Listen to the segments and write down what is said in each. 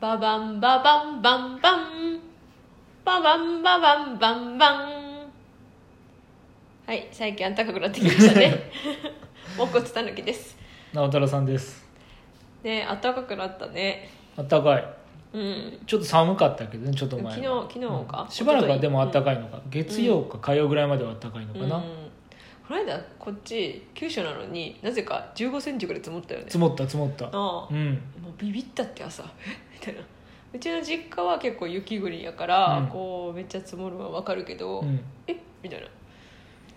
ババンババンバンバンババンババンバンバンはい最近暖かくなってきましたね おこつたぬきです直太朗さんですね暖かくなったねあったかいうんちょっと寒かったけどねちょっと前昨日昨日か、しばらくはでもあったいかいのか、月曜か火曜ぐらいまではあったかいのかな、この間こっち九州なのになぜか1 5センチぐらい積もったよね積もった積もったああうんもうビビったって朝みたいなうちの実家は結構雪国やから、うんこうめっちゃ積もるのはわかるけど、うんえみたいな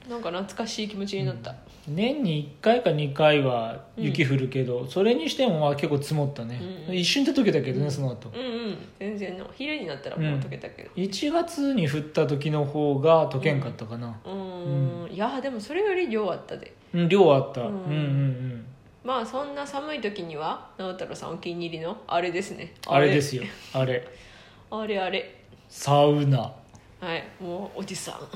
なんか懐かしい気持ちになった年に1回か2回は雪降るけど、それにしてもまあ結構積もったね、うん一瞬で溶けたけどね、うんその後うんうん全然の昼になったらもう溶けたけど1月に降った時の方が溶けんかったかな、うーんいやでもそれより量あったでうん量はあった、ううんん、うんうんまあそんな寒い時には直太朗さんお気に入りのあれですねあれですよあれあれあれサウナはいもうおじさんお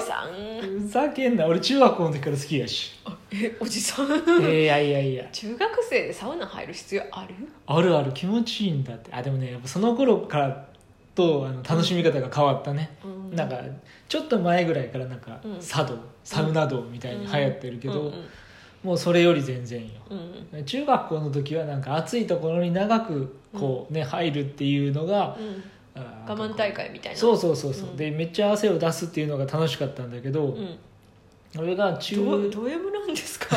じはさんあふざけんな俺中学校の時から好きやしえおじさん いやいやいやいや中学生でサウナ入る必要あるあるある気持ちいいんだってあでもねやっぱその頃からとあの楽しみ方が変わったね、うんなんかちょっと前ぐらいからなんか、うん茶道サウナ道みたいに流行ってるけど、うんもうそれより全然ようんうん中学校の時はなんか暑いところに長くこうね、入るっていうのが、うんあー我慢大会みたいなそうそうそうそう、うんでめっちゃ汗を出すっていうのが楽しかったんだけど、ん、俺が中ドド M なんです か、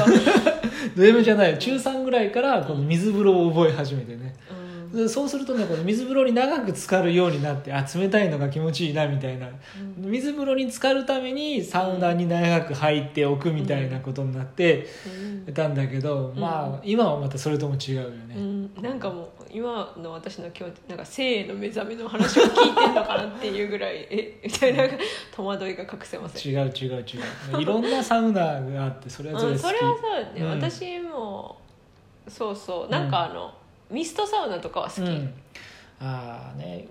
ド M じゃない中3ぐらいからこの水風呂を覚え始めてね、うんでそうするとねこの水風呂に長く浸かるようになってあ冷たいのが気持ちいいなみたいな水風呂に浸かるためにサウナに長く入っておくみたいなことになってうんたんだけど、んまあ今はまたそれとも違うようね、ん、なんかもう今の私の今日なんか性への目覚めの話を聞いてんのかなっていうぐらい えみたいな戸惑いが隠せません違う違う違ういろんなサウナがあってそれはそれうん、好き、それはそうね、うん私もそうそうなんかあの、ミストサウナとかは好き、うん、ああね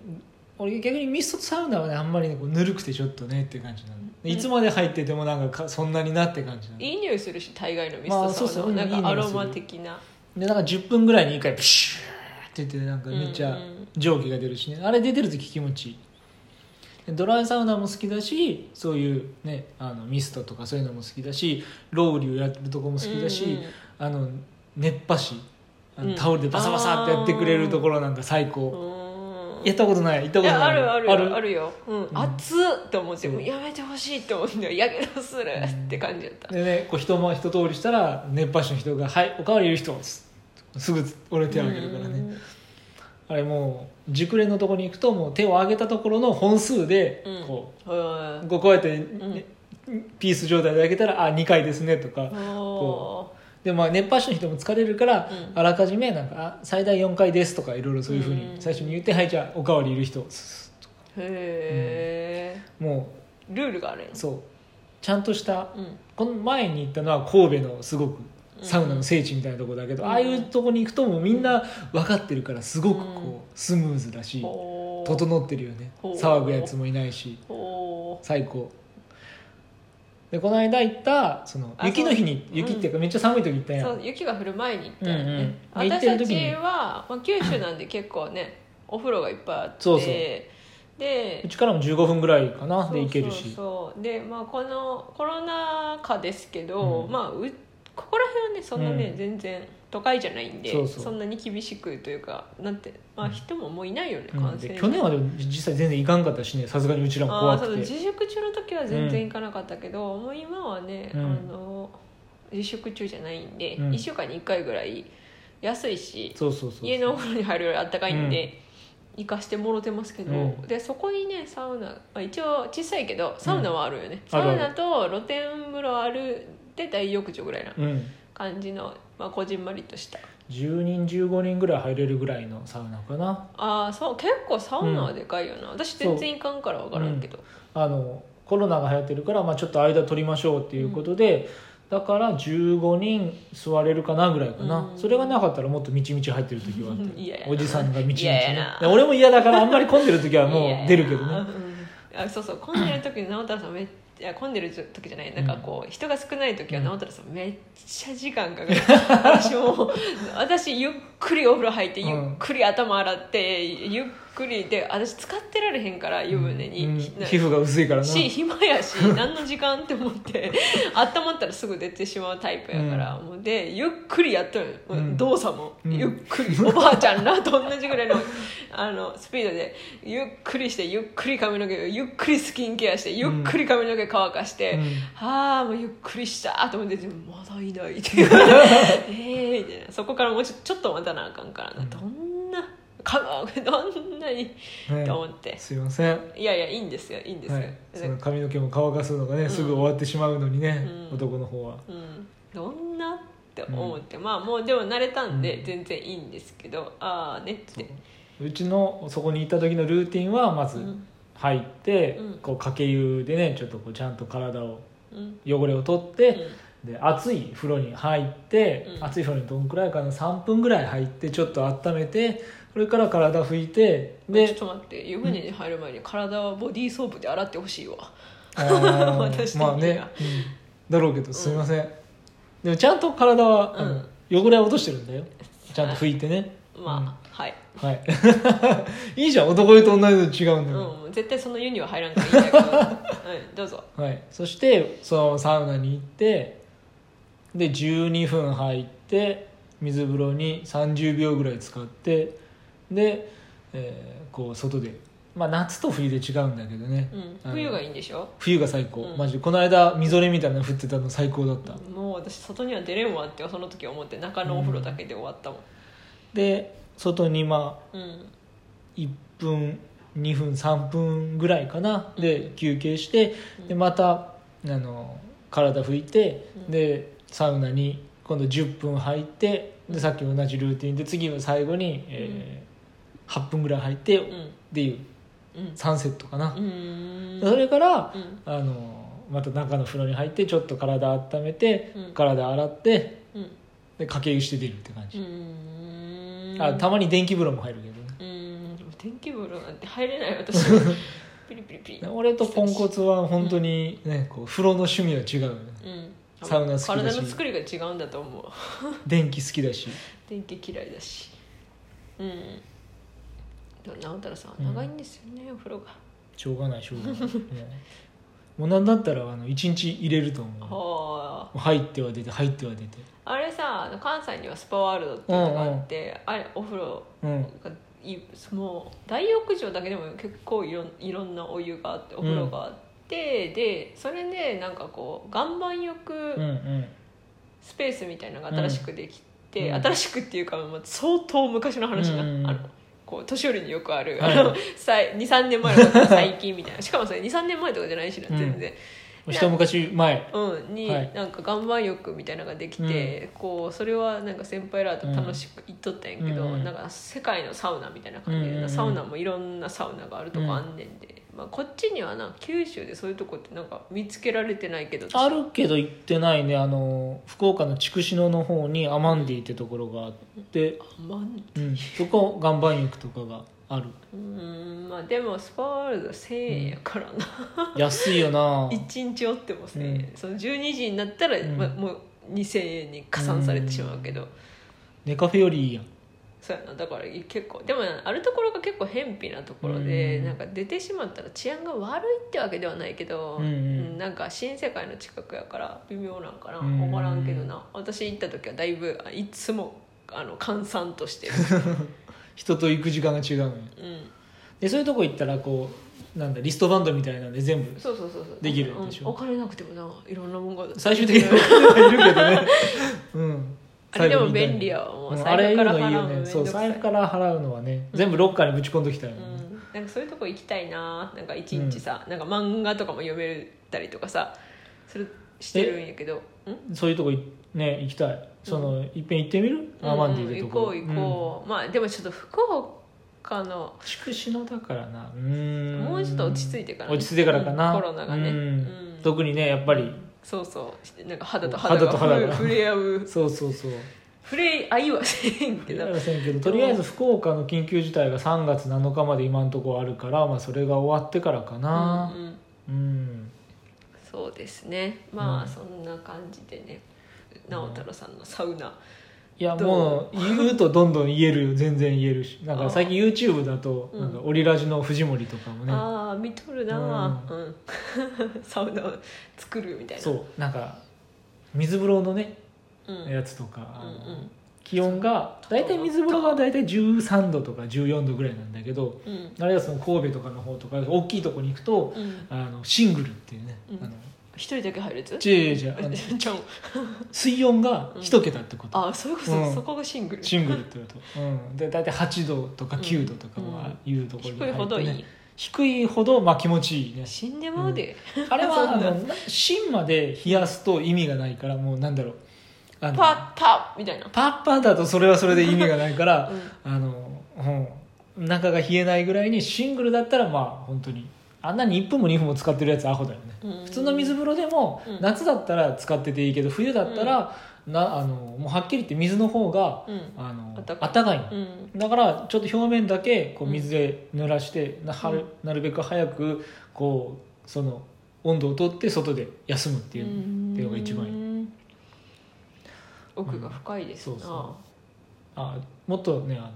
俺逆にミストサウナはねあんまりねこうぬるくてちょっとねって感じなの、うんいつまで入っててもなんかかそんなになって感じなのいい匂いするし大概のミストサウナは、まあそうそううんなんいいかア匂いロするマ的なでなんか10分ぐらいに1回プシューって言ってなんかめっちうゃんうん蒸気が出るしねあれ出てる時気持ちいいでドライサウナも好きだしそういうねあのミストとかそういうのも好きだしロウリュやってるとこも好きだし、うんうんあの熱波師あのうんタオルでバサバサってやってくれるところなんか最高、うんやったことない行ったいことやないあるあるああるるよ、うんん熱っって思ってそうもうやめてほしいって思うんだよやけどするって感じだった、でねこう人も一通りしたら熱波師の人が「はいおかわりいる人」すぐ俺手を挙げるからね、あれもう熟練のところに行くともう手を上げたところの本数でうんこうんう,、うんこうこうやって、ねピース状態で上げたら「あ2回ですね」とかおでまあ熱波師の人も疲れるから、うんあらかじめなんかあ「最大4回です」とかいろいろそういうふううにん最初に言って「はいじゃあおかわりいる人」すすーへもえルールがあるんやうそうちゃんとしたうんこの前に行ったのは神戸のすごくサウナの聖地みたいなところだけど、うんああいうとこに行くともうみんな分かってるからすごくこうスムーズだし、おー整ってるよねほう騒ぐやつもいないしおー最高でこの間行ったそのあ雪の日にそう雪っていうかめっちゃ寒い時行ったやん、そう雪が降る前に行ったよね、うんうんで行って私るた時ちには、まあ、九州なんで結構 ねお風呂がいっぱいあってそうそうでうちからも15分ぐらいかなで行けそるうしそうそうでまあこのコロナ禍ですけど、うんまあうここら辺はねそんなね、うん全然都会じゃないんでそうそうんなに厳しくというかなんてまあ人ももういないよね、うん感染で去年はでも実際全然行かんかったしねさすがにうちらも怖あーそうくて自粛中の時は全然行かなかったけど、もう今はね、うんあの自粛中じゃないんで、うん1週間に1回ぐらい安いしそうそうそう家のお風呂に入るよりあったかいんで、行かしてもろてますけど、うんでそこにねサウナ、まあ、一応小さいけどサウナはあるよね、あサるあウるナと露天風呂あるで大浴場ぐらいなうん感じの、まあ、こじんまりとした10人15人ぐらい入れるぐらいのサウナかなああそう結構サウナはでかいよな、私全然行かんから分からんけどあのコロナが流行ってるから、まあ、ちょっと間取りましょうっていうことで、だから15人座れるかなぐらいかな、うんそれがなかったらもっとみちみち入ってる時はあっ て嫌やなおじさんがみちみち、嫌やなで俺も嫌だからあんまり混んでる時はもう出るけどいやいやねうんあそうそう混んでる時に直太朗さんめっいや混んでる時じゃないなんかこう人が少ない時は直太朗さんめっちゃ時間かかる私もう私ゆっくりお風呂入ってうんゆっくり頭洗って、ゆっくりで私使ってられへんから湯船に、うんな皮膚が薄いからなし暇や し何の時間って思って温まったらすぐ出てしまうタイプやから、もうでゆっくりやっとる、もううん動作も、うんゆっく りおばあちゃんらと同じぐらいのあのスピードでゆっくりしてゆっくり髪の毛ゆっくりスキンケアしてゆっくり髪の毛乾かして、うんはあもうゆっくりしたと思ってでもまだいないっていう ええみたいなそこからもうちょちょっと待たなあかんからな、うんどんなかどんなにねと思ってすいませんいやいやいいんですよいいんですよ、はい、そのだ髪の毛も乾かすのがね、すぐ終わってしまうのにね、うん男の方はうん、どんなって思って、まあもうでも慣れたんで全然いいんですけど、ああねってうちのそこに行った時のルーティンはまずうん入って、うんこうかけ湯でねちょっとこうちゃんと体をうん汚れを取っうて、んで熱い風呂に入って、うん熱い風呂にどんくらいかな3分ぐらい入ってちょっと温めてそれから体拭いてちょっでと待って湯船に入る前に体はボディーソープで洗ってほしいわあ ー私的にはまあね、うんだろうけどすいません、でもちゃんと体は、あの汚れは落としてるんだよちゃんと拭いてねまあ、はいはい いいじゃん男湯と女湯と違うんだよ、うん、絶対その湯には入らんからいいん だけど、うん、どうぞはい、そしてそのままサウナに行ってで12分入って水風呂に30秒ぐらい使ってで、えーこう外で、まあ、夏と冬で違うんだけどね、うんあの冬がいいんでしょ冬が最高、うんマジでこの間みぞれみたいなの降ってたの最高だった、もう私外には出れんわってその時思って中のお風呂だけで終わったもんで外にまあうん、 1分2分3分ぐらいかなで休憩してでまたあの体拭いてうんでサウナに今度10分入ってうでんさっき同じルーティンで次は最後に、えー8分ぐらい入ってっうんうんていううん3セットかなう、んそれからうんあのまた中の風呂に入ってちょっと体温めて、うん体洗ってうんで掛け湯して出るって感うじ、んあたまに電気風呂も入るけどねうん天気風呂なんて入れない私 ピリピリピリで俺とポンコツは本当にね、こう風呂の趣味は違うよ ねうんサウナ好きだし体の作りが違うんだと思う電気好きだし電気嫌いだしうんでも直太朗さんはうん長いんですよね、お風呂がしょうがないしょうがない、ねもうなんだったらあの1日入れると思うもはあう入っては出て入っては出てあれさあの関西にはスパワールドっていうのがあって、あれお風呂うんがいもう大浴場だけでも結構いろんいろんなお湯があってお風呂があって、でそれでなんかこう岩盤うんう浴んスペースみたいなのが新しくできて、うん新しくっていうか、まあ、相当昔の話な、うんあのこう年寄りによくある、はいあのさい23年前の最近みたいなしかもそれ23年前とかじゃないしな全然、一昔前うん、に、はいなんか岩盤浴みたいなのができて、こうそれはなんか先輩らと楽しく行っとったんやけど、うんなんか世界のサウナみたいな感じで、うんサウナもいろんなサウナがあるとこあんねんで、まあ、こっちにはな九州でそういうとこってなんか見つけられてないけどあるけど行ってないねあの福岡の筑紫野の方にアマンディってところがあって、あんまんうん、そこ岩盤浴とかがあ るうんまあでもスパワールド1000円やからな、安いよな一1日おっても1000円、うんその12時になったら、うんまあ、もう2000円に加算されてしまうけど、ネカフェよりいいやんそうやなだから結構でもあるところが結構偏僻なところで、うんなんか出てしまったら治安が悪いってわけではないけど、うんうんなんか新世界の近くやから微妙なんかなうん分からんけどな私行った時はだいぶあいつもあの閑散としてる、人と行く時間が違うのよ うん、でそういうとこ行ったらこうなんだリストバンドみたいなんで全部そうそうそうそうできるでしょうんお金なくてもないろんなもんが最終的に はいるけどね、うん、あれでも最後に言いたい便利やわもううん財布からあれ言う払うのめのいいよんねどそうくさい財布から払うのはね全部ロッカーにぶち込んどきたいよね、うんなんかそういうとこ行きたいななんか一日さ、なんか漫画とかも読めたりとかさそれしてるんやけどんそういうとこいね行きたいその、いっぺん行ってみるアーマンディでうんうとん行こう行うこう、まあでもちょっと福岡のん筑紫野だからなうんもうちょっと落ち着いてからね、落ち着いてからかうな、んコロナがね、うんうん特にねやっぱりそうそうなんか肌と肌が肌と肌が触れ合うそうそうそう触れ合いはせえへんけだどからせんけどとりあえず福岡の緊急事態が3月7日まで今のところあるから、まあ、それが終わってからかなうんうんうん、そうですねまあ、うんそんな感じでね直太朗さんのサウナいやどうもう言うとどんどん言えるよ全然言えるしなんか最近 YouTube だとうんなんかオリラジの藤森とかもね、ああ見とるなうん、 サウナを作るみたいなそうなんか水風呂のねうん、うんやつとか、あうのん気温が大体水風呂が大体13度とか14度ぐらいなんだけどうんあるいはその神戸とかの方とか大きいとこに行くとうんあのシングルっていうね、うんあの一人だけ入るやつ 違う違う違うあのちゃん水温が1桁ってこと、あそれこそ、うんそこがシングルシングルってこと、うん、で大体8度とか9度とかはいうところに低いほどいい、低いほどまあ気持ちいいね死んでまうで、あ れそはあうなの芯まで冷やすと意味がないからもうなんだろうあのパッパッみたいな、パッパだとそれはそれで意味がないか ら、うんあの、うん、中が冷えないぐらいにシングルだったらまあ本当にあんなに1分も2分も使ってるやつアホだようね、ん普通の水風呂でも、うん夏だったら使ってていいけど冬だったら、なあのもうはっきり言って水の方がうんあのあったかあったかいの、うんだからちょっと表面だけこううん水で濡らして、なはうるなるべく早くこうその温度を取って外で休むっていうのが一番いい、い奥が深いですな、うんそうそうあもっとねあの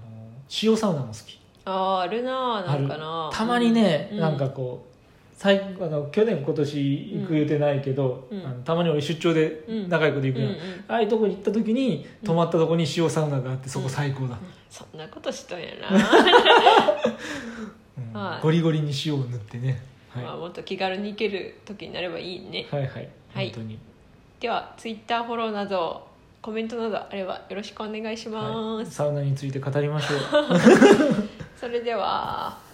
塩サウナも好きあーあるななんかなたまにね、うなんかこう最あの去年今年行く予定ないけど、うんあのたまに俺出張でうん仲良い子で行くやん、うんうんああいうとこに行った時に泊まったとこに塩サウナがあってそこ最高だ、そんなことしとんやな、うんはいゴリゴリに塩を塗ってね、はいまあ、もっと気軽に行ける時になればいいねはいはいはい本当にではツイッターフォローなどコメントなどあればよろしくお願いします、はいサウナについて語りましょうそれでは